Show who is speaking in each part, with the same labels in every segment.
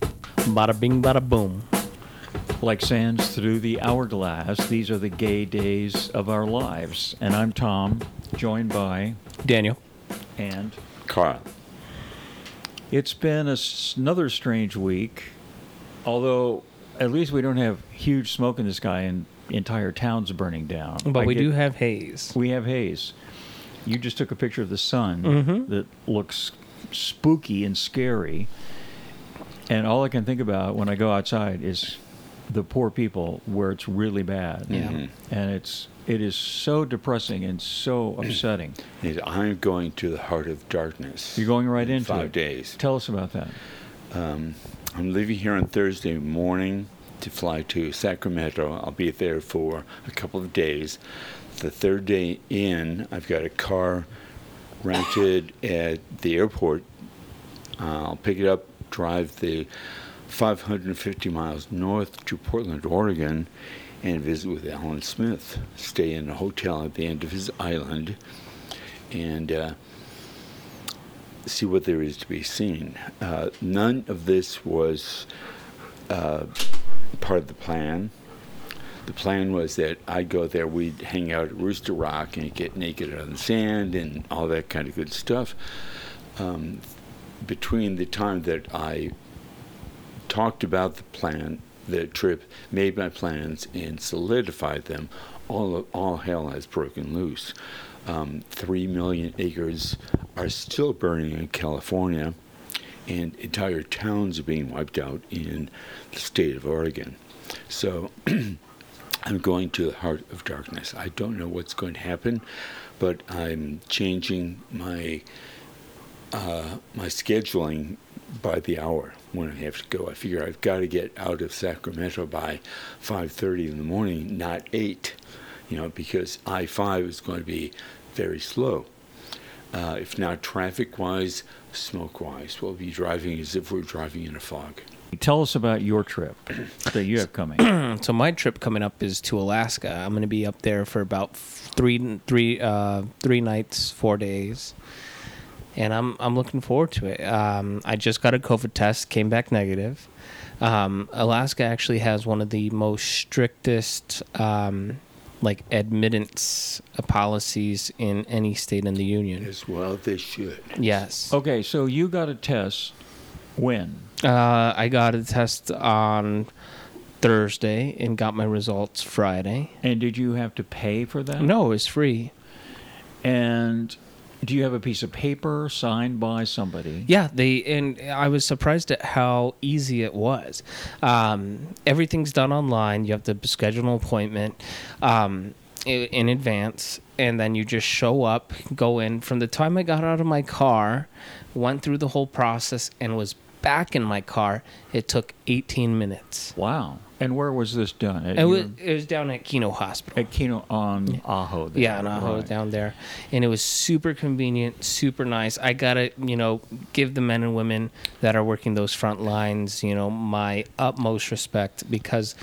Speaker 1: bada bing, bada boom.
Speaker 2: Like sands through the hourglass, these are the gay days of our lives. And I'm Tom, joined by
Speaker 1: Daniel.
Speaker 2: and
Speaker 3: Carl.
Speaker 2: it's been a s another strange week. Although at least we don't have huge smoke in the sky and entire towns burning down.
Speaker 1: But
Speaker 2: I
Speaker 1: we
Speaker 2: get-
Speaker 1: do have haze.
Speaker 2: we have haze. You just took a picture of the sun that looks spooky and scary. And all I can think about when I go outside is the poor people where it's really bad.
Speaker 1: Yeah. Mhm.
Speaker 2: And it's it is so depressing and so upsetting.
Speaker 3: Is I'm going to the heart of darkness.
Speaker 2: You're going right
Speaker 3: in
Speaker 2: into
Speaker 3: five
Speaker 2: it.
Speaker 3: days.
Speaker 2: Tell us about that.
Speaker 3: I'm leaving here on Thursday morning to fly to Sacramento. I'll be there for a couple of days. The third day in, I've got a car rented at the airport. Uh, I'll pick it up, drive the 550 miles north to Portland, Oregon, and visit with Alan Smith. Stay in a hotel at the end of his island, and. Uh, see what there is to be seen. Uh, none of this was uh, part of the plan. The plan was that I'd go there, we'd hang out at Rooster Rock and get naked on the sand and all that kind of good stuff. Um, between the time that I talked about the plan, the trip, made my plans, and solidified them, all of, all hell has broken loose. Um, Three million acres are still burning in California, and entire towns are being wiped out in the state of Oregon. So I'm going to the heart of darkness. I don't know what's going to happen, but I'm changing my my scheduling by the hour when I have to go. I figure I've got to get out of Sacramento by 5:30 in the morning, not 8, you know, because I-5 is going to be very slow. Uh, if not traffic-wise, smoke-wise, we'll be driving as if we're driving in a fog.
Speaker 2: Tell us about your trip that you have coming.
Speaker 1: So my trip coming up is to Alaska. I'm going to be up there for about f- three, three, uh, three nights, four days, and I'm I'm looking forward to it. Um, I just got a COVID test, came back negative. Um, Alaska actually has one of the most strictest um, like admittance uh, policies in any state in the union.
Speaker 3: As well, they should.
Speaker 1: Yes.
Speaker 2: okay, so you got a test when?
Speaker 1: Uh, I got a test on Thursday and got my results Friday.
Speaker 2: And did you have to pay for that?
Speaker 1: No, it's free.
Speaker 2: And do you have a piece of paper signed by somebody?
Speaker 1: Yeah, they and I was surprised at how easy it was. Um, everything's done online. You have to schedule an appointment um, i- in advance, and then you just show up, go in. From the time I got out of my car, went through the whole process, and was back in my car, it took 18 minutes.
Speaker 2: Wow. And where was this done? At,
Speaker 1: It was,
Speaker 2: your-
Speaker 1: it was down at Keno Hospital.
Speaker 2: at Keno on Aho. there,
Speaker 1: Yeah, and I was
Speaker 2: right.
Speaker 1: down there, and it was super convenient, super nice. I gotta, you know, give the men and women that are working those front lines, you know, my utmost respect because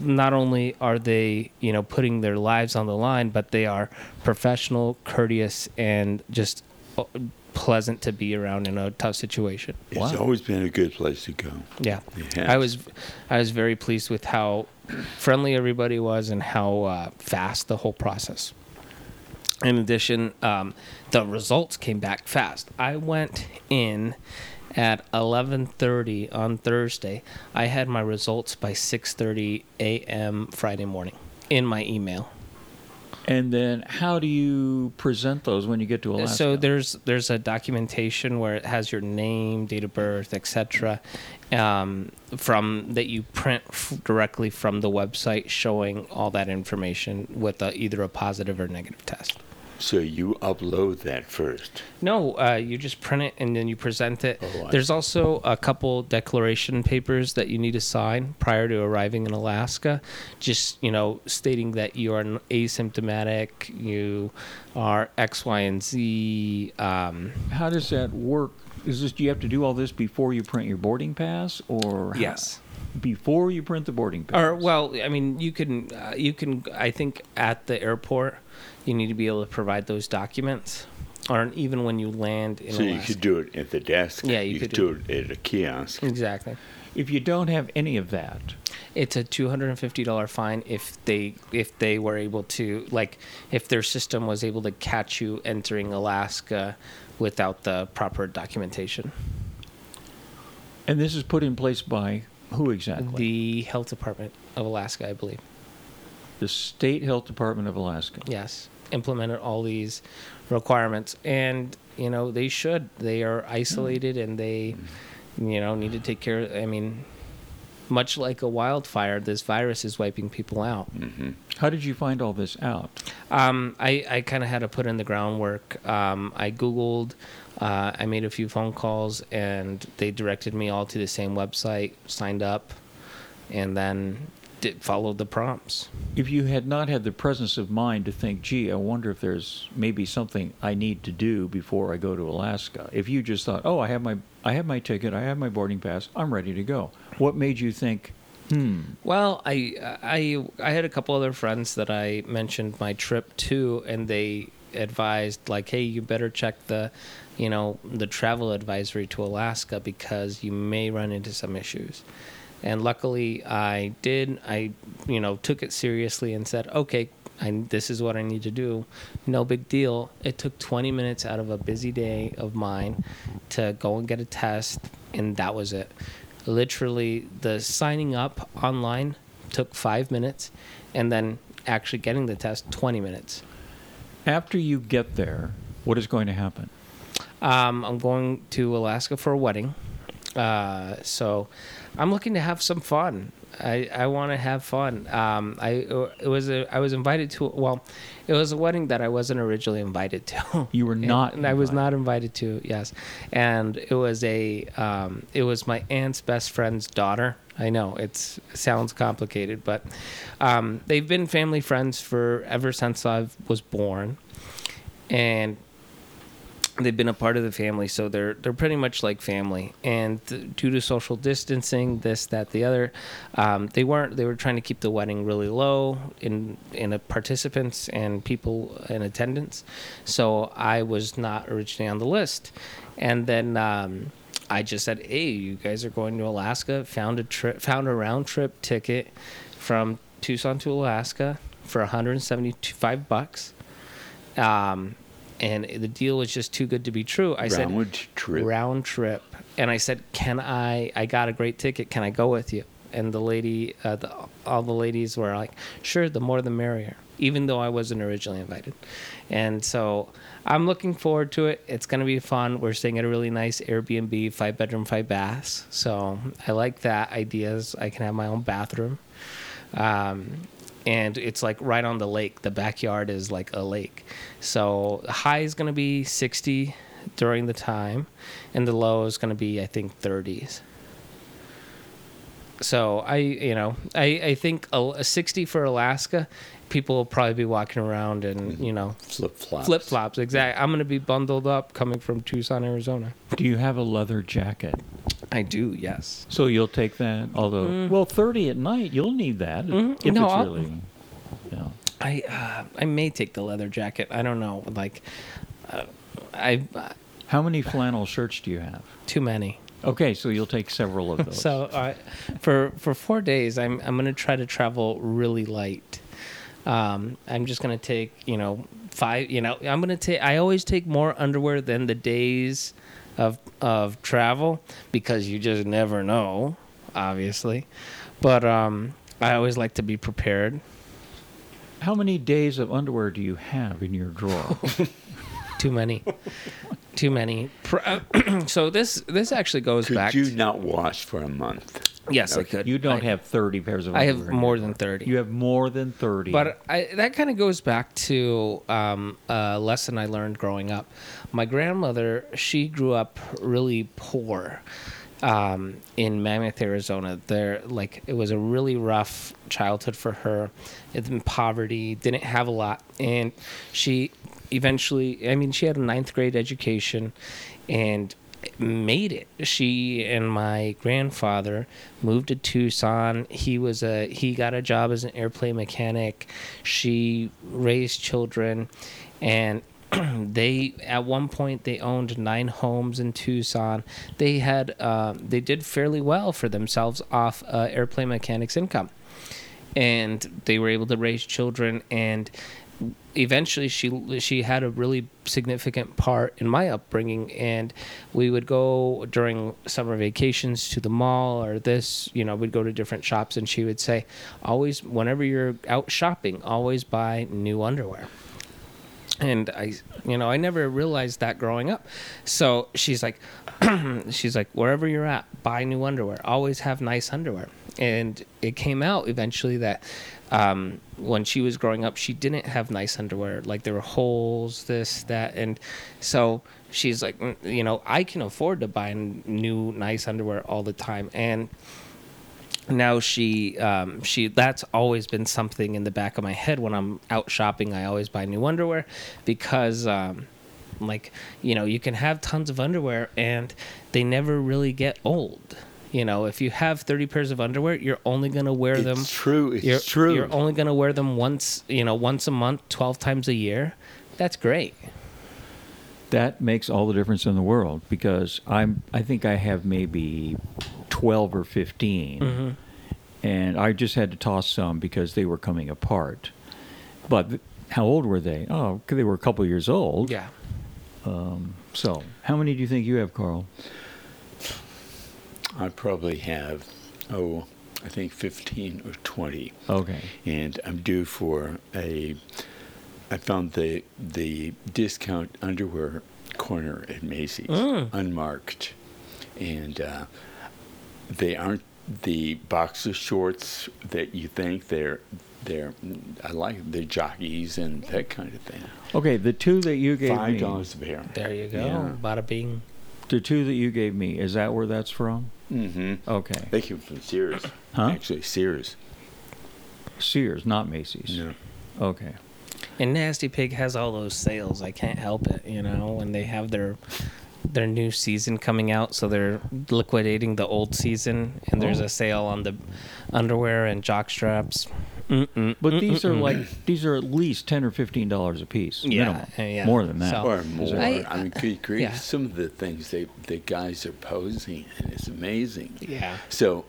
Speaker 1: not only are they, you know, putting their lives on the line, but they are professional, courteous, and just uh, pleasant to be around in a tough situation.
Speaker 3: It's always been a good place to go.
Speaker 1: Yeah,
Speaker 3: Yes.
Speaker 1: I was, I was very pleased with how friendly everybody was and how uh, fast the whole process. In addition, um, the results came back fast. I went in at 11:30 on Thursday. I had my results by 6:30 a.m. Friday morning in my email.
Speaker 2: And then how do you present those when you get to Alaska?
Speaker 1: Uh, So there's there's a documentation where it has your name, date of birth, etc. Um, from that you print f- directly from the website, showing all that information with a, either a positive or negative test.
Speaker 3: So you upload that first.
Speaker 1: No, uh, you just print it and then you present it.
Speaker 3: Oh, I
Speaker 1: There's also a couple declaration papers that you need to sign prior to arriving in Alaska, just you know stating that you are n- asymptomatic, you are X, Y, and Z. Um,
Speaker 2: how does that work? Is this do you have to do all this before you print your boarding pass or how-
Speaker 1: Yes.
Speaker 2: before you print the boarding pass?
Speaker 1: Or well, I mean, you can uh, you can I think at the airport you need to be able to provide those documents. or even when you land in
Speaker 3: So you
Speaker 1: Alaska.
Speaker 3: could do it at the desk.
Speaker 1: Yeah, you
Speaker 3: could
Speaker 1: could
Speaker 3: do it at a kiosk.
Speaker 1: exactly.
Speaker 2: If you don't have any of that,
Speaker 1: It's a two hundred and fifty dollar fine if they if they were able to like if their system was able to catch you entering Alaska without the proper documentation.
Speaker 2: and this is put in place by who exactly?
Speaker 1: The health department of Alaska, I believe.
Speaker 2: The State Health Department of Alaska.
Speaker 1: Yes, implemented all these requirements, and you know they should. They are isolated, and they, you know, need to take care. I mean, much like a wildfire, this virus is wiping people out.
Speaker 2: How did you find all this out?
Speaker 1: Um, I I kind of had to put in the groundwork. Um, I googled. Uh, I made a few phone calls, and they directed me all to the same website. Signed up, and then did, followed the prompts.
Speaker 2: If you had not had the presence of mind to think, gee, I wonder if there's maybe something I need to do before I go to Alaska. If you just thought, oh, I have my I have my ticket, I have my boarding pass, I'm ready to go. What made you think, hmm,
Speaker 1: Well, I I I had a couple other friends that I mentioned my trip to, and they advised like, hey, you better check the, you know, the travel advisory to Alaska because you may run into some issues. And luckily, I did. I you know took it seriously and said, okay, I, this is what I need to do. No big deal. It took 20 minutes out of a busy day of mine to go and get a test, and that was it literally the signing up online took five minutes and then actually getting the test 20 minutes
Speaker 2: after you get there, what is going to happen?
Speaker 1: um, i'm going to alaska for a wedding uh, so i'm looking to have some fun i, I want to have fun um, I, it was a, I was invited to well it was a wedding that i wasn't originally invited to
Speaker 2: You were not.
Speaker 1: and, and I was
Speaker 2: invited.
Speaker 1: not invited to. Yes, and it was a um, it was my aunt's best friend's daughter. I know it's sounds complicated, but um, they've been family friends for ever since I was born, and they've been a part of the family, so they're they're pretty much like family. And th- due to social distancing, this, that, the other, um, they weren't. They were trying to keep the wedding really low in in a participants and people in attendance. So I was not originally on the list, and then. Um, I just said, "Hey, you guys are going to Alaska. Found a trip, found a round trip ticket from Tucson to Alaska for 175 bucks." Um, and the deal was just too good to be true. I said,
Speaker 3: Round trip.
Speaker 1: round trip. And I said, "Can I? I got a great ticket. Can I go with you?" And the lady, uh, the, all the ladies were like, "Sure, the more the merrier." Even though I wasn't originally invited, and so I'm looking forward to it. It's going to be fun. We're staying at a really nice Airbnb, five bedroom, five baths. So I like that ideas. I can have my own bathroom, um, and it's like right on the lake. The backyard is like a lake, so the high is going to be 60 during the time, and the low is going to be I think 30s. So I, you know, I I think a, a 60 for Alaska, people will probably be walking around and you know
Speaker 3: Flip flops.
Speaker 1: flip Mm-hmm. flops. Exactly. I'm going to be bundled up coming from Tucson, Arizona.
Speaker 2: Do you have a leather jacket?
Speaker 1: I do. Yes.
Speaker 2: So you'll take that. Although, well, thirty at night, you'll need that if
Speaker 1: Mm-hmm. No,
Speaker 2: it's
Speaker 1: I'll-
Speaker 2: really. Yeah.
Speaker 1: I uh, I may take the leather jacket. I don't know. Like, uh, I uh,
Speaker 2: How many flannel shirts do you have?
Speaker 1: too many.
Speaker 2: Okay, so you'll take several of those.
Speaker 1: So uh, for for four days, I'm I'm gonna try to travel really light. Um, I'm just gonna take you know five. You know I'm gonna take. I always take more underwear than the days of of travel because you just never know, obviously. But um, I always like to be prepared.
Speaker 2: How many days of underwear do you have in your drawer?
Speaker 1: Too many. Too many. Pr- uh, So this this actually goes
Speaker 3: Could
Speaker 1: back.
Speaker 3: you
Speaker 1: to-
Speaker 3: not wash for a month?
Speaker 1: yes, I could.
Speaker 2: you don't
Speaker 1: I-
Speaker 2: have 30 pairs of
Speaker 1: I
Speaker 2: underwear.
Speaker 1: have
Speaker 2: in your
Speaker 1: more than
Speaker 2: drawer.
Speaker 1: 30.
Speaker 2: You have more than 30.
Speaker 1: But I, that kind of goes back to um, a lesson I learned growing up. My grandmother, she grew up really poor um, in Mammoth, Arizona. There, like it was a really rough childhood for her. It's in poverty, didn't have a lot, and she eventually. I mean, she had a ninth grade education, and made it. She and my grandfather moved to Tucson. He was a he got a job as an airplane mechanic. She raised children and they at one point they owned nine homes in Tucson. They had uh, they did fairly well for themselves off uh, airplane mechanics income, and they were able to raise children. And eventually, she she had a really significant part in my upbringing. And we would go during summer vacations to the mall or this. You know, we'd go to different shops, and she would say, "Always, whenever you're out shopping, always buy new underwear." and I, you know, I never realized that growing up. So she's like, she's like, wherever you're at, buy new underwear. Always have nice underwear. And it came out eventually that um, when she was growing up, she didn't have nice underwear. Like there were holes, this, that, and so she's like, "Mm, you know, I can afford to buy n- new nice underwear all the time, and now she um, she that's always been something in the back of my head when I'm out shopping. I always buy new underwear because um, like you know you can have tons of underwear and they never really get old. You know, if you have 30 pairs of underwear, you're only going to wear them
Speaker 3: It's true. It's
Speaker 1: you're,
Speaker 3: true.
Speaker 1: You're only going to wear them once, you know, once a month, 12 times a year. That's great.
Speaker 2: that makes all the difference in the world because I'm I think I have maybe 12 or 15
Speaker 1: Mm-hmm.
Speaker 2: and I just had to toss some because they were coming apart but th- how old were they oh 'cause they were a couple years old
Speaker 1: Yeah.
Speaker 2: so how many do you think you have Carl
Speaker 3: I probably have, oh, I think 15 or 20.
Speaker 2: okay
Speaker 3: and I'm due for a. I found the the discount underwear corner at Macy's
Speaker 1: Mm.
Speaker 3: unmarked, and uh, they aren't the boxer shorts that you think they're. They're I like the jockeys and that kind of thing.
Speaker 2: okay the two that you gave
Speaker 3: Five
Speaker 2: me
Speaker 3: dollars a pair.
Speaker 1: There you go.
Speaker 3: Yeah.
Speaker 1: Bada bing.
Speaker 2: the two that you gave me is that where that's from
Speaker 3: Mm-hmm.
Speaker 2: okay
Speaker 3: They came from Sears.
Speaker 2: Huh?
Speaker 3: Actually, Sears.
Speaker 2: Sears not Macy's okay
Speaker 1: And Nasty Pig has all those sales. I can't help it, you know, when they have their their new season coming out, so they're liquidating the old season and there's
Speaker 2: Oh.
Speaker 1: a sale on the underwear and jock straps. Mm-mm.
Speaker 2: But these are like these are at least ten or fifteen dollars a piece.
Speaker 1: mm, Yeah,
Speaker 2: minimum.
Speaker 1: uh, yeah.
Speaker 2: more than that.
Speaker 1: So-
Speaker 3: Or more.
Speaker 1: I-
Speaker 3: I, mean, good grief.
Speaker 1: yeah.
Speaker 3: Some of the things they, the guys are posing, and it's amazing.
Speaker 1: Yeah.
Speaker 3: So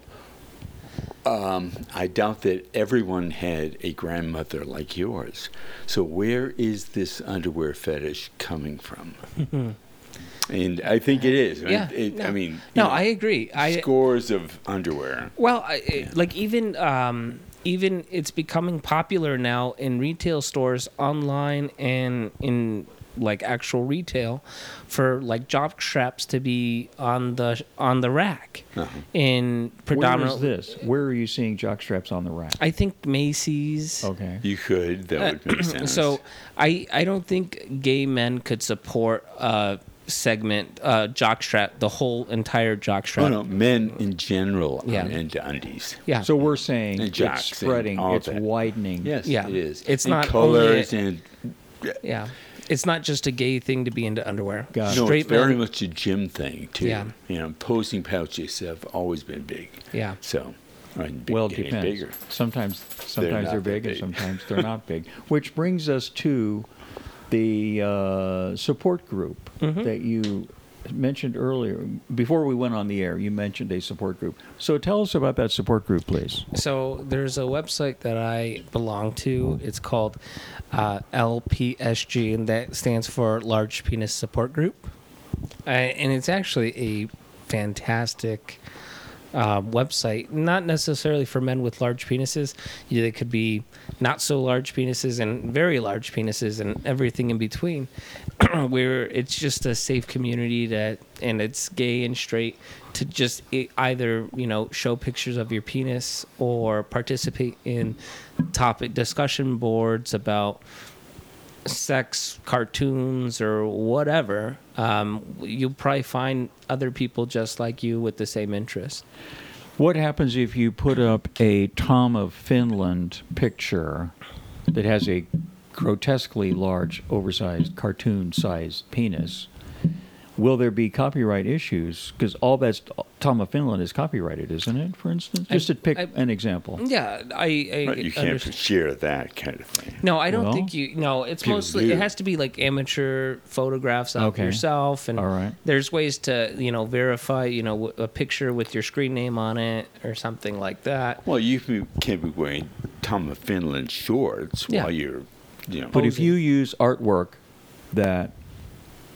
Speaker 3: um, I doubt that everyone had a grandmother like yours. So where is this underwear fetish coming from? and I think it is.
Speaker 1: Yeah.
Speaker 3: It- it-
Speaker 1: no.
Speaker 3: I mean,
Speaker 1: No,
Speaker 3: you know,
Speaker 1: I agree. I
Speaker 3: scores of underwear.
Speaker 1: Well, I, I- like even um, even it's becoming popular now in retail stores, online, and in like actual retail for like job straps to be on the on the rack in
Speaker 2: Where is
Speaker 1: predominantly.
Speaker 2: this? Where are you seeing jockstraps on the rack?
Speaker 1: I think Macy's.
Speaker 2: Okay.
Speaker 3: You could. That would make sense.
Speaker 1: Uh, So I I don't think gay men could support a segment uh, jockstrap the whole entire jockstrap.
Speaker 3: Oh, no, men in general
Speaker 1: Yeah.
Speaker 3: are into undies.
Speaker 1: Yeah.
Speaker 2: So we're saying
Speaker 3: And
Speaker 2: it's
Speaker 3: jocks and
Speaker 2: spreading,
Speaker 3: all
Speaker 2: it's
Speaker 3: that.
Speaker 2: widening.
Speaker 3: Yes,
Speaker 1: Yeah.
Speaker 3: it is.
Speaker 1: It's
Speaker 3: and
Speaker 1: not
Speaker 3: colors
Speaker 1: only
Speaker 3: and
Speaker 1: yeah. It's not just a gay thing to be into underwear.
Speaker 2: Got it.
Speaker 3: no,
Speaker 1: Straight
Speaker 3: it's very
Speaker 1: men-
Speaker 3: much a gym thing too.
Speaker 1: Yeah.
Speaker 3: You know, posing pouches have always been big.
Speaker 1: Yeah.
Speaker 3: So, I mean, big,
Speaker 2: Well, it
Speaker 3: getting
Speaker 2: depends.
Speaker 3: bigger.
Speaker 2: Sometimes, sometimes
Speaker 3: not
Speaker 2: they're,
Speaker 3: that
Speaker 2: big, and
Speaker 3: big.
Speaker 2: sometimes they're not big. Which brings us to the uh, support group
Speaker 1: Mm-hmm.
Speaker 2: that you mentioned earlier. Before we went on the air, you mentioned a support group. So tell us about that support group, please.
Speaker 1: So there's a website that I belong to. It's called uh, LPSG, and that stands for Large Penis Support Group. Uh, and it's actually a fantastic uh, website, not necessarily for men with large penises. Yeah, They could be not so large penises and very large penises and everything in between, where it's just a safe community that, and it's gay and straight to just e- either, you know, show pictures of your penis or participate in topic discussion boards about sex cartoons or whatever um, you'll probably find other people just like you with the same interest
Speaker 2: What happens if you put up a Tom of Finland picture that has a grotesquely large, oversized, cartoon sized penis? Will there be copyright issues? Because all that's Tom of Finland is copyrighted, isn't it? For instance,
Speaker 1: I-
Speaker 2: just to pick
Speaker 1: I-
Speaker 2: an example.
Speaker 1: Yeah, I, I
Speaker 3: Right, you can't
Speaker 1: understand.
Speaker 3: share that kind of thing.
Speaker 1: No, I don't
Speaker 2: Well,
Speaker 1: think you. No, it's
Speaker 3: people
Speaker 1: mostly
Speaker 3: do.
Speaker 1: it has to be like amateur photographs of
Speaker 2: Okay.
Speaker 1: yourself, and
Speaker 2: All right.
Speaker 1: there's ways to you know verify you know w- a picture with your screen name on it or something like that.
Speaker 3: Well, you can- can't be wearing Tom of Finland shorts
Speaker 1: Yeah.
Speaker 3: while you're, you know.
Speaker 2: But if
Speaker 1: Posing.
Speaker 2: you use artwork that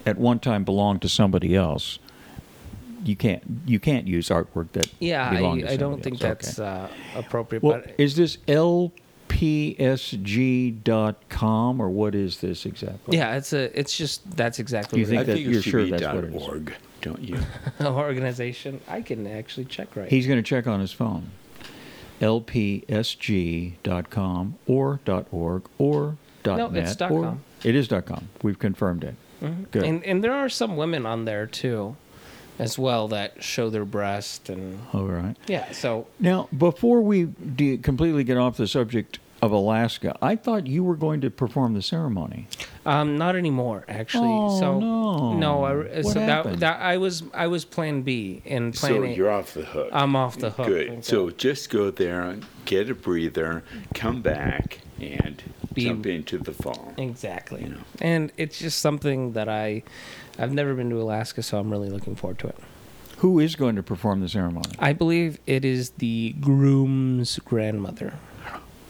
Speaker 2: at one time belonged to somebody else, you can't you can't use artwork that
Speaker 1: Yeah, I,
Speaker 2: belonged to
Speaker 1: I don't
Speaker 2: somebody
Speaker 1: think that's
Speaker 2: else. Okay.
Speaker 1: uh, appropriate.
Speaker 2: Well,
Speaker 1: but
Speaker 2: is this lpsg.com or what is this exactly?
Speaker 1: yeah, it's a it's just that's exactly
Speaker 2: You
Speaker 1: what
Speaker 2: think
Speaker 3: I
Speaker 1: it
Speaker 2: that
Speaker 3: think
Speaker 2: you're
Speaker 3: it should
Speaker 2: sure
Speaker 3: be
Speaker 2: that's
Speaker 3: dot
Speaker 2: what it is.
Speaker 3: org, don't you?
Speaker 1: is. organization. I can actually check right.
Speaker 2: He's going to check on his phone. lpsg.com or .org or
Speaker 1: No,
Speaker 2: .net.
Speaker 1: it's
Speaker 2: or,
Speaker 1: .com. Mm-hmm.
Speaker 2: It is .com. We've confirmed it. Good.
Speaker 1: and and there are some women on there too, as well that show their breast and
Speaker 2: All right.
Speaker 1: yeah. So
Speaker 2: Now, before we de- completely get off the subject of Alaska, I thought you were going to perform the ceremony.
Speaker 1: Um, not anymore, actually.
Speaker 2: Oh,
Speaker 1: so
Speaker 2: no.
Speaker 1: no, I,
Speaker 2: What
Speaker 1: so that,
Speaker 2: happened?
Speaker 1: that I was I was Plan B and Plan
Speaker 3: so
Speaker 1: A.
Speaker 3: you're off the hook.
Speaker 1: I'm off the hook.
Speaker 3: Good.
Speaker 1: thank
Speaker 3: So
Speaker 1: God.
Speaker 3: just go there, get a breather, come back, and
Speaker 1: Be-
Speaker 3: jump into the fall.
Speaker 1: exactly,
Speaker 3: you know.
Speaker 1: and it's just something that I I've never been to Alaska, so I'm really looking forward to it.
Speaker 2: Who is going to perform the ceremony?
Speaker 1: I believe it is the groom's grandmother.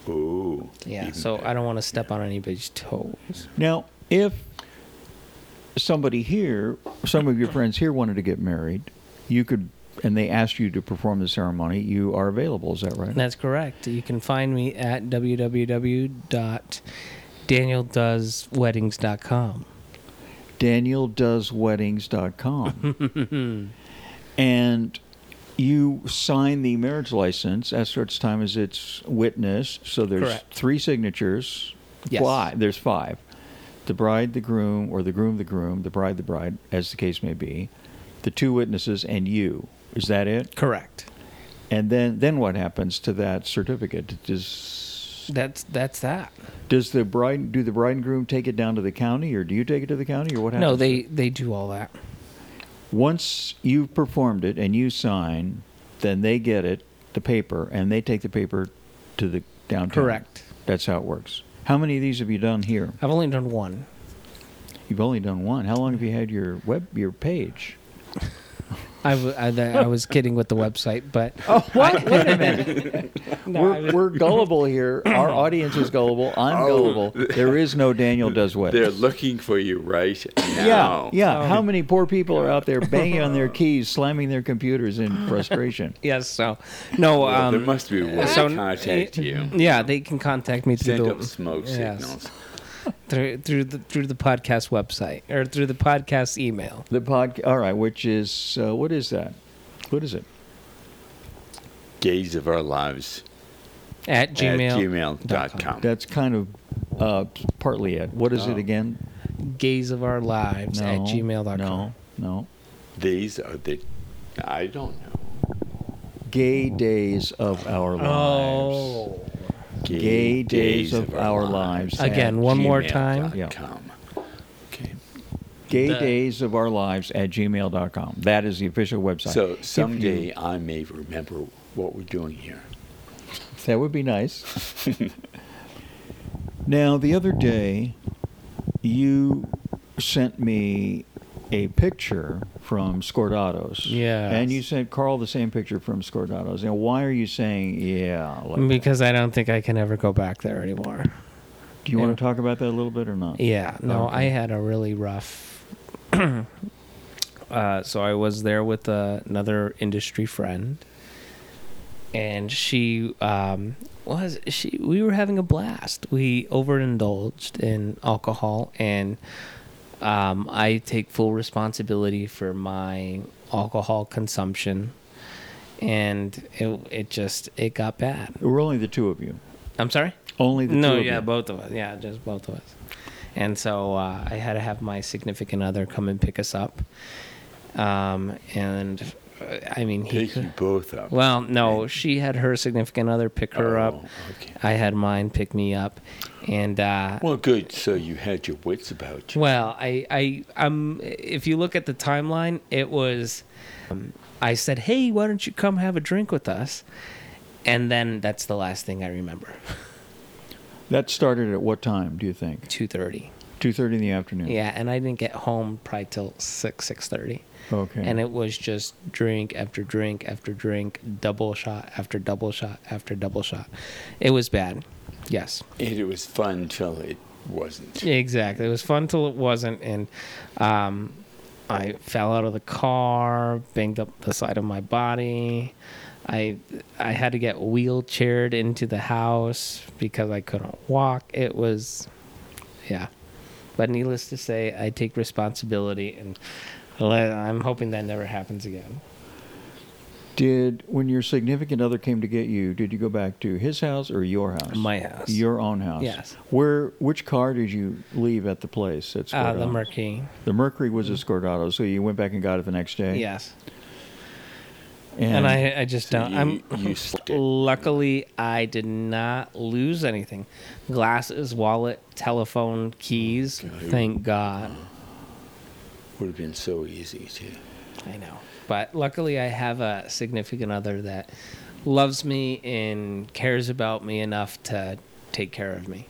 Speaker 3: Ooh.
Speaker 1: Yeah,
Speaker 3: even
Speaker 1: so
Speaker 3: better.
Speaker 1: I don't want to step on anybody's toes.
Speaker 2: Now, if somebody here, some of your friends here wanted to get married, you could, and they asked you to perform the ceremony, you are available, is that right?
Speaker 1: That's correct. You can find me at www.danieldoesweddings.com.
Speaker 2: DanielDoesWeddings.com. and you sign the marriage license at such time as it's witnessed. So there's
Speaker 1: Correct.
Speaker 2: three signatures.
Speaker 1: Yes.
Speaker 2: Five. There's five. The bride, the groom, or the groom, the groom, the bride, the bride, as the case may be, the two witnesses, and you. Is that it?
Speaker 1: Correct.
Speaker 2: And then, then what happens to that certificate? Does
Speaker 1: That's that's that.
Speaker 2: does the bride do the bride and groom take it down to the county, or do you take it to the county, or what happens?
Speaker 1: No, they they do all that.
Speaker 2: Once you've performed it and you sign, then they get it, the paper, and they take the paper to the downtown.
Speaker 1: Correct.
Speaker 2: That's how it works. How many of these have you done here?
Speaker 1: I've only done one.
Speaker 2: You've only done one. How long have you had your web your page?
Speaker 1: I, w- I, that- I was kidding with the website, but
Speaker 2: Oh, what? Wait a minute.
Speaker 1: no, I
Speaker 2: we're,
Speaker 1: was-
Speaker 2: we're gullible here. Our audience is gullible. I'm
Speaker 3: Oh.
Speaker 2: gullible. There is no Daniel does what.
Speaker 3: They're looking for you right
Speaker 2: Yeah,
Speaker 3: now.
Speaker 1: Oh.
Speaker 2: yeah. How many poor people are out there banging on their keys, slamming their computers in frustration?
Speaker 1: yes, so no.
Speaker 3: Well,
Speaker 1: um,
Speaker 3: there must be a way
Speaker 1: so-
Speaker 3: to contact you.
Speaker 1: yeah, they can contact me through
Speaker 3: Send
Speaker 1: the
Speaker 3: up smoke
Speaker 1: yes,
Speaker 3: signals.
Speaker 1: through through the through the podcast website or through the podcast email.
Speaker 2: The pod. All right, which is uh, what is that? What is it?
Speaker 3: Gaze of our lives
Speaker 1: At gmail.
Speaker 3: at gmail.com.
Speaker 2: That's kind of uh, partly it. What is
Speaker 3: No.
Speaker 2: it again?
Speaker 1: Gaze of our lives Oh. at gmail.com.
Speaker 2: No, no.
Speaker 3: These are the. I don't know.
Speaker 2: Gay days of our lives.
Speaker 1: Oh.
Speaker 3: Gay,
Speaker 2: Gay days of our lives.
Speaker 1: Again, one more time.
Speaker 2: Yeah.
Speaker 3: gmail.com. Okay.
Speaker 2: Gay
Speaker 1: The-
Speaker 2: days of our lives at gmail.com. That is the official website.
Speaker 3: So
Speaker 2: If
Speaker 3: someday
Speaker 2: you-
Speaker 3: I may remember what we're doing here.
Speaker 2: that would be nice. now, the other day, you sent me a picture from Scordados.
Speaker 1: Yes.
Speaker 2: And you sent Carl the same picture from Scordados. Now, why are you saying, yeah? Like,
Speaker 1: Because I don't think I can ever go back there anymore.
Speaker 2: do you want
Speaker 1: yeah.
Speaker 2: to talk about that a little bit or not?
Speaker 1: Yeah, no,
Speaker 2: Okay.
Speaker 1: I had a really rough. uh, so I was there with uh, another industry friend, and she um, was she. We were having a blast. We overindulged in alcohol, and um, I take full responsibility for my alcohol consumption. And it it just it got bad.
Speaker 2: We're only the two of you.
Speaker 1: I'm sorry.
Speaker 2: Only the
Speaker 1: No,
Speaker 2: two of
Speaker 1: yeah,
Speaker 2: you.
Speaker 1: both of us. Yeah, just both of us. And so uh, I had to have my significant other come and pick us up. Um, and I mean, he.
Speaker 3: Pick you both up.
Speaker 1: Well, no, she had her significant other pick her up.
Speaker 3: Oh, okay.
Speaker 1: I had mine pick me up, and uh,
Speaker 3: Well, good. So you had your wits about you.
Speaker 1: well, I, I, I'm. If you look at the timeline, it was. Um, I said, "Hey, why don't you come have a drink with us?" And then that's the last thing I remember.
Speaker 2: That started at what time? Do you think?
Speaker 1: Two thirty.
Speaker 2: Two thirty in the afternoon.
Speaker 1: Yeah, and I didn't get home probably till six six thirty.
Speaker 2: Okay.
Speaker 1: And it was just drink after drink after drink, double shot after double shot after double shot. It was bad. Yes.
Speaker 3: And it was fun till it wasn't.
Speaker 1: Exactly. It was fun till it wasn't, and um, I fell out of the car, banged up the side of my body. I I had to get wheelchaired into the house because I couldn't walk. It was, yeah. But needless to say, I take responsibility, and let, I'm hoping that never happens again.
Speaker 2: Did when your significant other came to get you? Did you go back to his house or your house?
Speaker 1: My house.
Speaker 2: Your own house.
Speaker 1: Yes.
Speaker 2: Where? Which car did you leave at the place? At
Speaker 1: Uh, the
Speaker 2: Scordado's?
Speaker 1: Mercury.
Speaker 2: The Mercury was a Scordato, so you went back and got it the next day.
Speaker 1: Yes. And I, I just
Speaker 3: So
Speaker 1: don't.
Speaker 3: you-
Speaker 1: I'm.
Speaker 3: you slipped it.
Speaker 1: luckily, I did not lose anything: glasses, wallet, telephone, keys.
Speaker 3: Okay.
Speaker 1: Thank God.
Speaker 3: Would have been so easy to.
Speaker 1: I know. But luckily, I have a significant other that loves me and cares about me enough to take care of me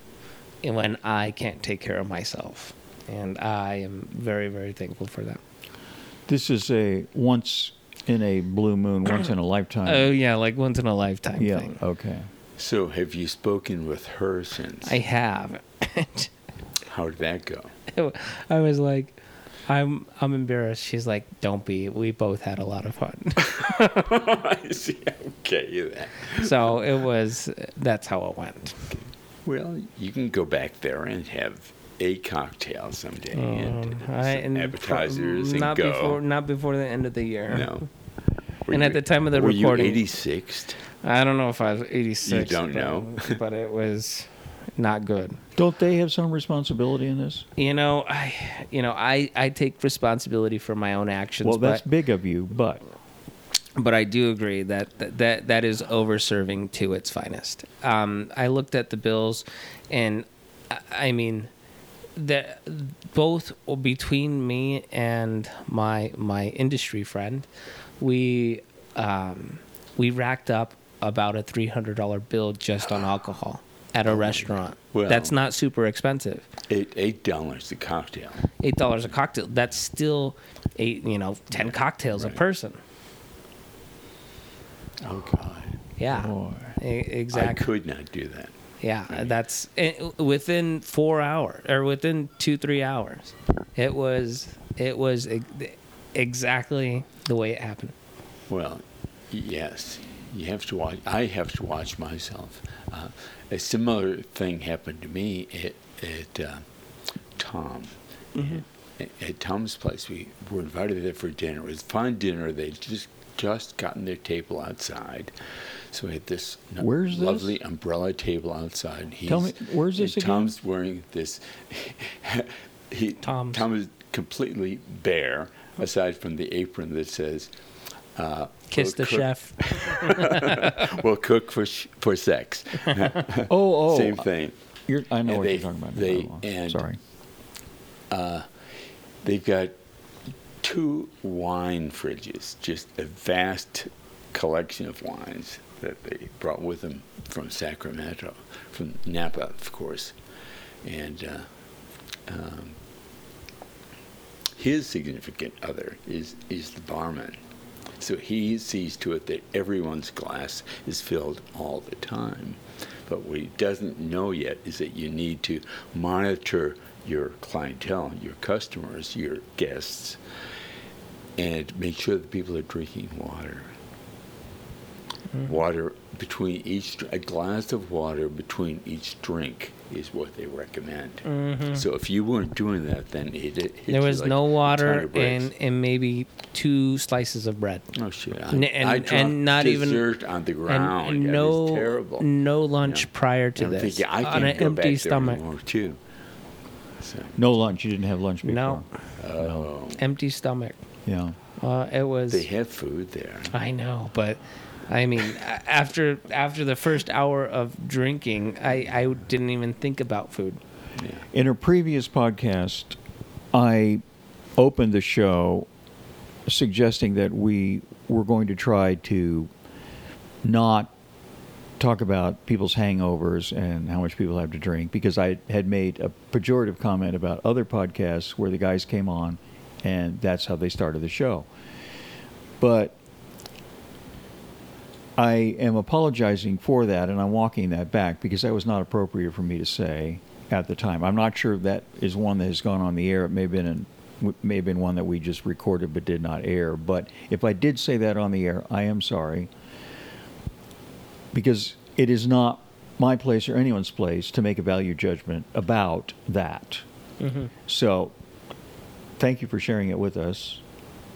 Speaker 1: and when I can't take care of myself. And I am very, very thankful for that.
Speaker 2: This is a once in a blue moon, once in a lifetime.
Speaker 1: Oh, yeah, like once in a lifetime
Speaker 2: yeah.
Speaker 1: thing.
Speaker 2: Okay.
Speaker 3: So have you spoken with her since?
Speaker 1: I have.
Speaker 3: How did that go?
Speaker 1: I was like, I'm I'm embarrassed. She's like, don't be. We both had a lot of fun.
Speaker 3: I see. Okay. yeah.
Speaker 1: so it was. That's how it went.
Speaker 3: Well, you can go back there and have a cocktail someday and
Speaker 1: Um,
Speaker 3: some
Speaker 1: I- and pro-
Speaker 3: appetizers and
Speaker 1: not
Speaker 3: go.
Speaker 1: before not before the end of the year.
Speaker 3: no.
Speaker 1: And at the time of the
Speaker 3: were
Speaker 1: recording-
Speaker 3: you 86th?
Speaker 1: I don't know if I was 86.
Speaker 3: You don't
Speaker 1: but-
Speaker 3: know.
Speaker 1: but it was not good.
Speaker 2: Don't they have some responsibility in this?
Speaker 1: You know, I you know I I take responsibility for my own actions.
Speaker 2: Well, that's
Speaker 1: but,
Speaker 2: big of you, but
Speaker 1: but I do agree that that that, that is overserving to its finest. Um, I looked at the bills, and I, I mean, that both between me and my my industry friend, we um, we racked up about a three hundred dollar bill just on alcohol at a restaurant.
Speaker 3: Oh Well-
Speaker 1: That's not super expensive
Speaker 3: Eight, eight dollars a cocktail.
Speaker 1: eight dollars a cocktail. That's still eight, you know, ten cocktails a
Speaker 3: right.
Speaker 1: person.
Speaker 3: Oh God!
Speaker 1: Yeah,
Speaker 2: Boy.
Speaker 1: E- exactly.
Speaker 3: I could not do that.
Speaker 1: yeah,
Speaker 3: Right.
Speaker 1: that's eh, within four hours or within two three hours. It was it was ex- exactly the way it happened.
Speaker 3: Well, yes, you have to watch. I have to watch myself. Uh, a similar thing happened to me at, at uh, Tom.
Speaker 2: Mm-hmm.
Speaker 3: At, at Tom's place, we were invited there for dinner. It was a fine dinner. They just just gotten their table outside, so we had this n-
Speaker 2: Where's this?
Speaker 3: lovely umbrella table outside. and
Speaker 2: Tell
Speaker 3: he's-
Speaker 2: me, where's
Speaker 3: and
Speaker 2: this again?
Speaker 3: Tom's wearing this. he,
Speaker 1: Tom's.
Speaker 3: Tom is completely bare, aside from the apron that says
Speaker 1: Kiss the
Speaker 3: Well, cook-
Speaker 1: chef.
Speaker 3: well, cook for sh- for sex.
Speaker 2: oh, oh,
Speaker 3: Same thing.
Speaker 2: You're, I know
Speaker 3: And
Speaker 2: what
Speaker 3: they-
Speaker 2: you're talking about.
Speaker 3: they-
Speaker 2: Never mind.
Speaker 3: and-
Speaker 2: Sorry.
Speaker 3: They've got two wine fridges, just a vast collection of wines that they brought with them from Sacramento, from Napa, of course. And uh, um, his significant other is, is the barman. So he sees to it that everyone's glass is filled all the time. But what he doesn't know yet is that you need to monitor your clientele, your customers, your guests, and make sure that people are drinking water.
Speaker 1: Mm-hmm.
Speaker 3: Water between each, dr- a glass of water between each drink is what they recommend. So if you weren't doing that, then it, it hit
Speaker 1: Mm-hmm. There
Speaker 3: you
Speaker 1: was
Speaker 3: like
Speaker 1: no
Speaker 3: a ton
Speaker 1: water
Speaker 3: of bricks.
Speaker 1: and and maybe two slices of bread.
Speaker 3: Oh shit! I,
Speaker 1: N- and-
Speaker 3: I
Speaker 1: and
Speaker 3: dropped
Speaker 1: not even-
Speaker 3: dessert on the
Speaker 1: And,
Speaker 3: ground.
Speaker 1: and
Speaker 3: That
Speaker 1: no
Speaker 3: was terrible.
Speaker 1: no lunch
Speaker 3: Yeah.
Speaker 1: prior to
Speaker 3: And I'm
Speaker 1: this
Speaker 3: thinking,
Speaker 1: on
Speaker 3: I
Speaker 1: an
Speaker 3: can't go back
Speaker 1: empty
Speaker 3: there
Speaker 1: stomach.
Speaker 3: anymore, too. So,
Speaker 2: No lunch. You didn't have lunch before.
Speaker 1: No, empty stomach.
Speaker 2: Yeah.
Speaker 1: Uh, it was.
Speaker 3: They have food there.
Speaker 1: I know, but I mean, a- after after the first hour of drinking, I, I didn't even think about food.
Speaker 2: In a previous podcast, I opened the show suggesting that we were going to try to not talk about people's hangovers and how much people have to drink because I had made a pejorative comment about other podcasts where the guys came on and that's how they started the show. But I am apologizing for that and I'm walking that back because that was not appropriate for me to say at the time. I'm not sure that is one that has gone on the air. It may have been an, w- may have been one that we just recorded but did not air. But if I did say that on the air, I am sorry because it is not my place or anyone's place to make a value judgment about that. So, thank you for sharing it with us.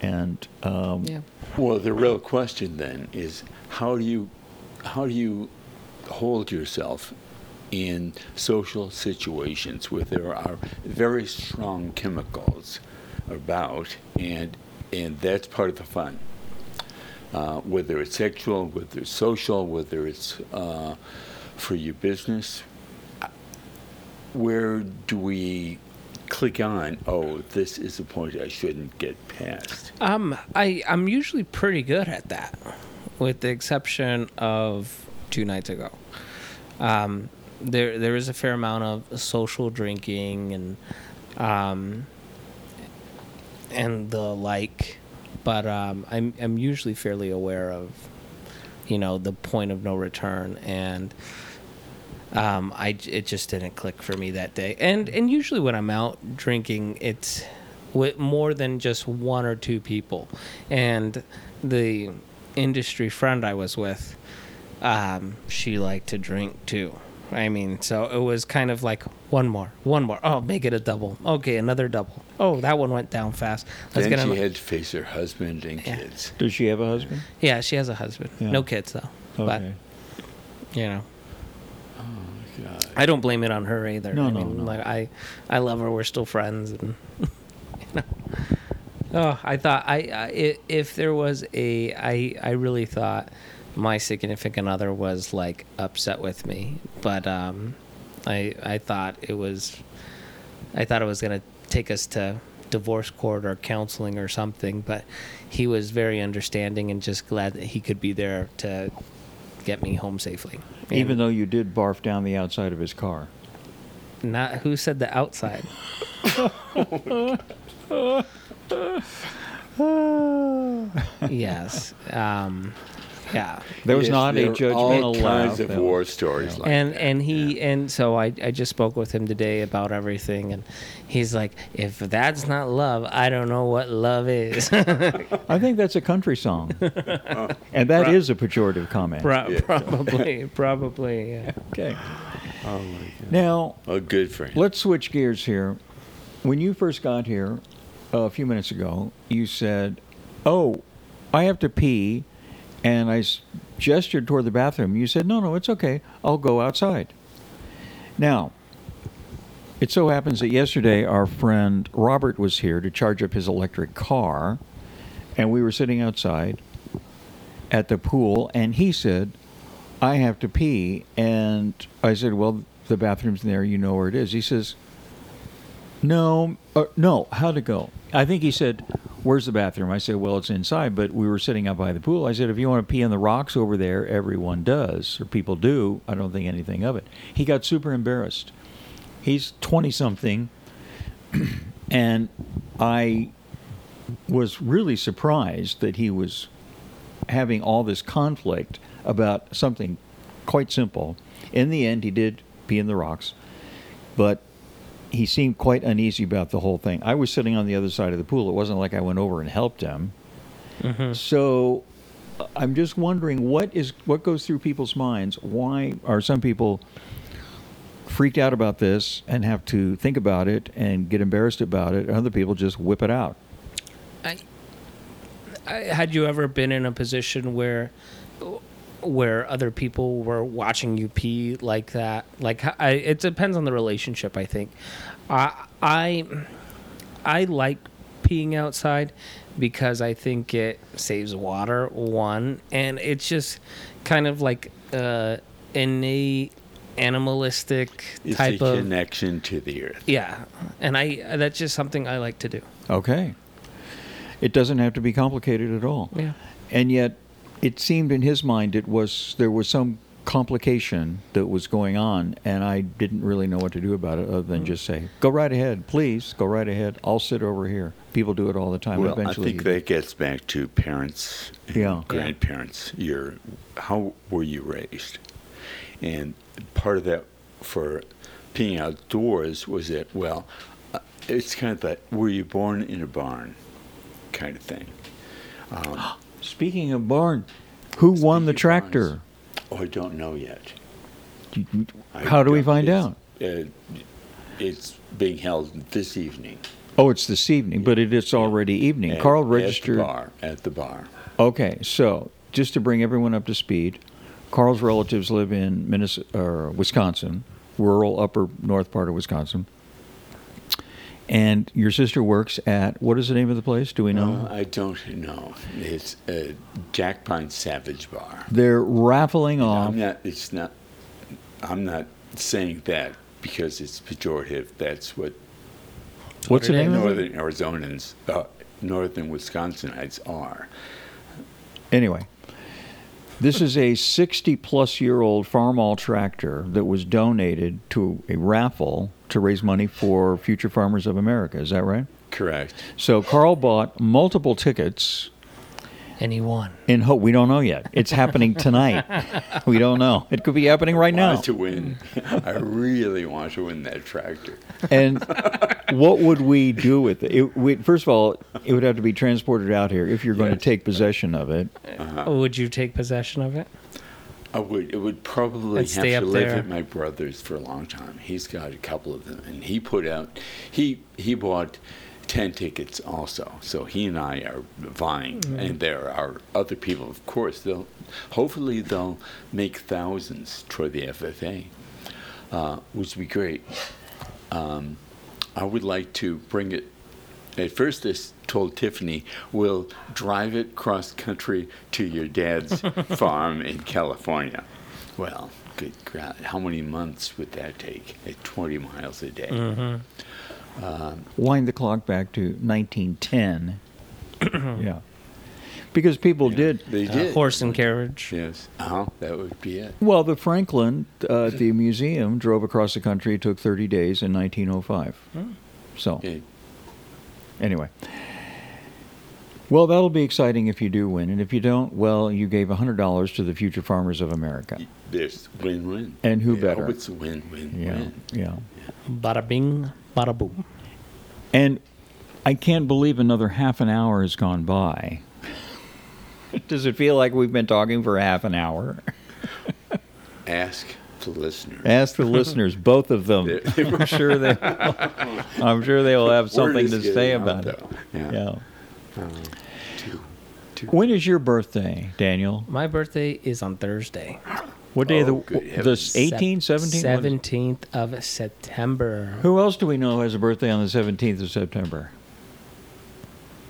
Speaker 2: And um,
Speaker 1: Yeah.
Speaker 3: Well, the real question then is how do you how do you hold yourself in social situations where there are very strong chemicals about and and that's part of the fun. Uh, whether it's sexual, whether it's social, whether it's uh, for your business, where do we click on? Oh, this is a point I shouldn't get past.
Speaker 1: Um, I I'm usually pretty good at that, with the exception of two nights ago. Um, there there is a fair amount of social drinking and um, and the like, but um, I'm I'm usually fairly aware of, you know, the point of no return and. Um, I j- it just didn't click for me that day, and and usually when I'm out drinking, it's with more than just one or two people, and the industry friend I was with, um, she liked to drink too. I mean, so it was kind of like one more, one more. Oh, make it a double. Okay, another double. Oh, that one went down fast. Let's
Speaker 3: then
Speaker 1: get
Speaker 3: she
Speaker 1: another.
Speaker 3: had to face her husband and
Speaker 1: Yeah.
Speaker 3: kids.
Speaker 2: does she have a husband?
Speaker 1: yeah, she has a husband.
Speaker 2: Yeah.
Speaker 1: No kids though.
Speaker 2: Okay.
Speaker 1: But you know.
Speaker 3: God.
Speaker 1: I don't blame it on her either.
Speaker 2: No,
Speaker 1: I
Speaker 2: no,
Speaker 1: mean,
Speaker 2: no.
Speaker 1: Like I, I love her. We're still friends. And, you know. Oh, I thought I, I i- if there was a I I really thought my significant other was like upset with me, but um, I I thought it was, I thought it was gonna take us to divorce court or counseling or something, but he was very understanding and just glad that he could be there to get me home safely. And-
Speaker 2: Even though you did barf down the outside of his car.
Speaker 1: Not who said the outside.
Speaker 3: Uh,
Speaker 1: yes. Um, yeah.
Speaker 2: There was
Speaker 3: Yes,
Speaker 2: not
Speaker 3: there
Speaker 2: a
Speaker 3: are
Speaker 2: judgment
Speaker 3: all
Speaker 2: allowed.
Speaker 3: kinds of
Speaker 2: That
Speaker 3: war
Speaker 2: was-
Speaker 3: stories like
Speaker 1: and
Speaker 3: that.
Speaker 1: and he and so I, I just spoke with him today about everything and he's like if that's not love I don't know what love is
Speaker 2: I think that's a country song, and that is a pejorative comment.
Speaker 1: Pro-
Speaker 3: Yeah.
Speaker 1: probably probably yeah.
Speaker 2: Okay. Now
Speaker 3: oh, good for him.
Speaker 2: let's switch gears here. When you first got here uh, a few minutes ago, you said, "Oh, I have to pee," and I s- gestured toward the bathroom. You said, "No, no, it's okay. I'll go outside." Now, it so happens that yesterday our friend Robert was here to charge up his electric car, and we were sitting outside at the pool, and he said, I have to pee. And I said, Well, the bathroom's in there. You know where it is. He says, No, uh, no, how to go? I think he said, Where's the bathroom? I said, Well, it's inside, but we were sitting out by the pool. I said, If you want to pee on the rocks over there, everyone does, or people do. I don't think anything of it. He got super embarrassed. He's 20 something. and I was really surprised that he was having all this conflict about something quite simple. In the end, he did pee in the rocks, but he seemed quite uneasy about the whole thing. I was sitting on the other side of the pool. It wasn't like I went over and helped him. So uh, I'm just wondering what is what goes through people's minds. Why are some people freaked out about this and have to think about it and get embarrassed about it, and other people just whip it out?
Speaker 1: I, I, had you ever been in a position where where other people were watching you pee like that like h- I, it depends on the relationship i think i i i like peeing outside because I think it saves water, one, and it's just kind of like uh, innate animalistic
Speaker 3: It's
Speaker 1: type
Speaker 3: a
Speaker 1: of
Speaker 3: connection to the earth.
Speaker 1: yeah, and I that's just something I like to do.
Speaker 2: Okay. It doesn't have to be complicated at all.
Speaker 1: Yeah.
Speaker 2: And yet, it seemed in his mind it was there was some complication that was going on, and I didn't really know what to do about it other than just say, "Go right ahead, please. Go right ahead. I'll sit over here." People do it all the time.
Speaker 3: Well,
Speaker 2: Eventually,
Speaker 3: I think
Speaker 2: you-
Speaker 3: that gets back to parents and
Speaker 2: Yeah.
Speaker 3: grandparents. Your how were you raised? And part of that for being outdoors was that well, uh, it's kind of that were you born in a barn kind of thing.
Speaker 2: Speaking of barn, who won the
Speaker 3: Speaking of barns,
Speaker 2: tractor?
Speaker 3: Oh, I don't know yet.
Speaker 2: You-
Speaker 3: I
Speaker 2: How do we
Speaker 3: don't-
Speaker 2: find
Speaker 3: it's-
Speaker 2: out?
Speaker 3: Uh, it's being held this evening.
Speaker 2: Oh, it's this evening, but it is already evening.
Speaker 3: at-
Speaker 2: Carl
Speaker 3: at the
Speaker 2: registered.
Speaker 3: bar, at the bar.
Speaker 2: Okay, so just to bring everyone up to speed, Carl's relatives live in Minnesota, or Wisconsin, rural upper north part of Wisconsin. And your sister works at what is the name of the place? Do we know?
Speaker 3: No, Uh, I don't know. It's a Jack Pine Savage Bar.
Speaker 2: They're raffling off.
Speaker 3: I'm not. It's not. I'm not saying that because it's pejorative. That's what
Speaker 2: What's the
Speaker 1: What it
Speaker 2: name
Speaker 1: is.
Speaker 2: of it?
Speaker 3: northern Arizonans, uh, northern Wisconsinites are.
Speaker 2: Anyway, this is a 60 plus year old Farmall tractor that was donated to a raffle to raise money for Future Farmers of America. Is that right?
Speaker 3: Correct.
Speaker 2: So Carl bought multiple tickets.
Speaker 1: And he won.
Speaker 2: in hope. We don't know yet. It's happening tonight. we don't know. It could be happening right
Speaker 3: I
Speaker 2: now.
Speaker 3: want to win.
Speaker 2: Mm.
Speaker 3: I really want to win that tractor.
Speaker 2: And what would we do with it? it we, first of all, it would have to be transported out here if you're going
Speaker 3: Yes.
Speaker 2: to take possession of it.
Speaker 1: Oh, Would you take possession of it?
Speaker 3: I would. It would probably
Speaker 1: Let's
Speaker 3: have
Speaker 1: stay
Speaker 3: to
Speaker 1: up
Speaker 3: live
Speaker 1: there.
Speaker 3: at my brother's for a long time. He's got a couple of them, and he put out. He he bought ten tickets also. So he and I are vying,
Speaker 1: Mm-hmm.
Speaker 3: and there are other people, of course. They'll hopefully they'll make thousands toward the FFA, uh, which would be great. Um, I would like to bring it. At first, I s- told Tiffany, we'll drive it cross country to your dad's farm in California. Well, good God, how many months would that take at 20 miles a day?
Speaker 1: Mm-hmm.
Speaker 2: Wind the clock back to 1910. yeah. Because people did.
Speaker 3: They
Speaker 1: Uh,
Speaker 3: did.
Speaker 1: horse and carriage.
Speaker 3: Yes. Uh-huh. That would be it.
Speaker 2: Well, the Franklin uh, at the museum drove across the country. It took 30 days in 1905. So.
Speaker 3: Yeah.
Speaker 2: Anyway. Well, that'll be exciting if you do win. And if you don't, well, you gave $100 to the Future Farmers of America.
Speaker 3: There's win-win.
Speaker 2: And who
Speaker 3: Yeah,
Speaker 2: better?
Speaker 3: Oh, it's a win-win-win.
Speaker 2: Yeah. Yeah.
Speaker 1: Bada bing, bada boom.
Speaker 2: And I can't believe another half an hour has gone by. Does it feel like we've been talking for half an hour?
Speaker 3: Ask the listener.
Speaker 2: Ask the listeners, both of them.
Speaker 3: They- they
Speaker 2: I'm sure they I'm sure they will have something to say about it.
Speaker 3: Yeah. Uh,
Speaker 2: Yeah.
Speaker 3: Two. Two.
Speaker 2: When is your birthday, Daniel?
Speaker 1: My birthday is on Thursday,
Speaker 2: What day
Speaker 3: Oh,
Speaker 2: of the
Speaker 3: good
Speaker 2: the
Speaker 3: heavens.
Speaker 2: 18th, 17th? What is-
Speaker 1: seventeenth of September.
Speaker 2: Who else do we know has a birthday on the 17th of September?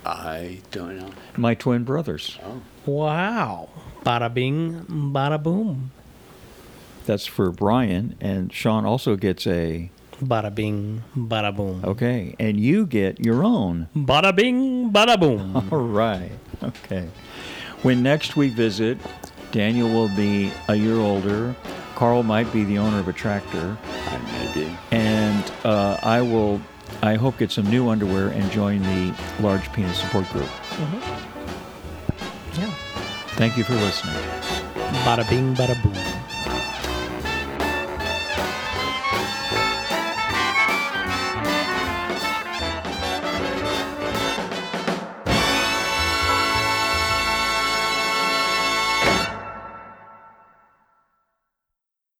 Speaker 3: I don't know.
Speaker 2: My twin brothers.
Speaker 3: Oh.
Speaker 1: Wow. Bada bing, bada boom.
Speaker 2: That's for Brian, and Sean also gets a.
Speaker 1: Bada bing, bada boom.
Speaker 2: Okay, and you get your own.
Speaker 1: Bada bing, bada boom.
Speaker 2: All right. Okay. When next we visit, Daniel will be a year older. Carl might be the owner of a tractor,
Speaker 3: I may be.
Speaker 2: and uh, I will. I hope get some new underwear and join the large penis support group.
Speaker 1: yeah.
Speaker 2: Thank you for listening.
Speaker 1: Bada bing, bada boom.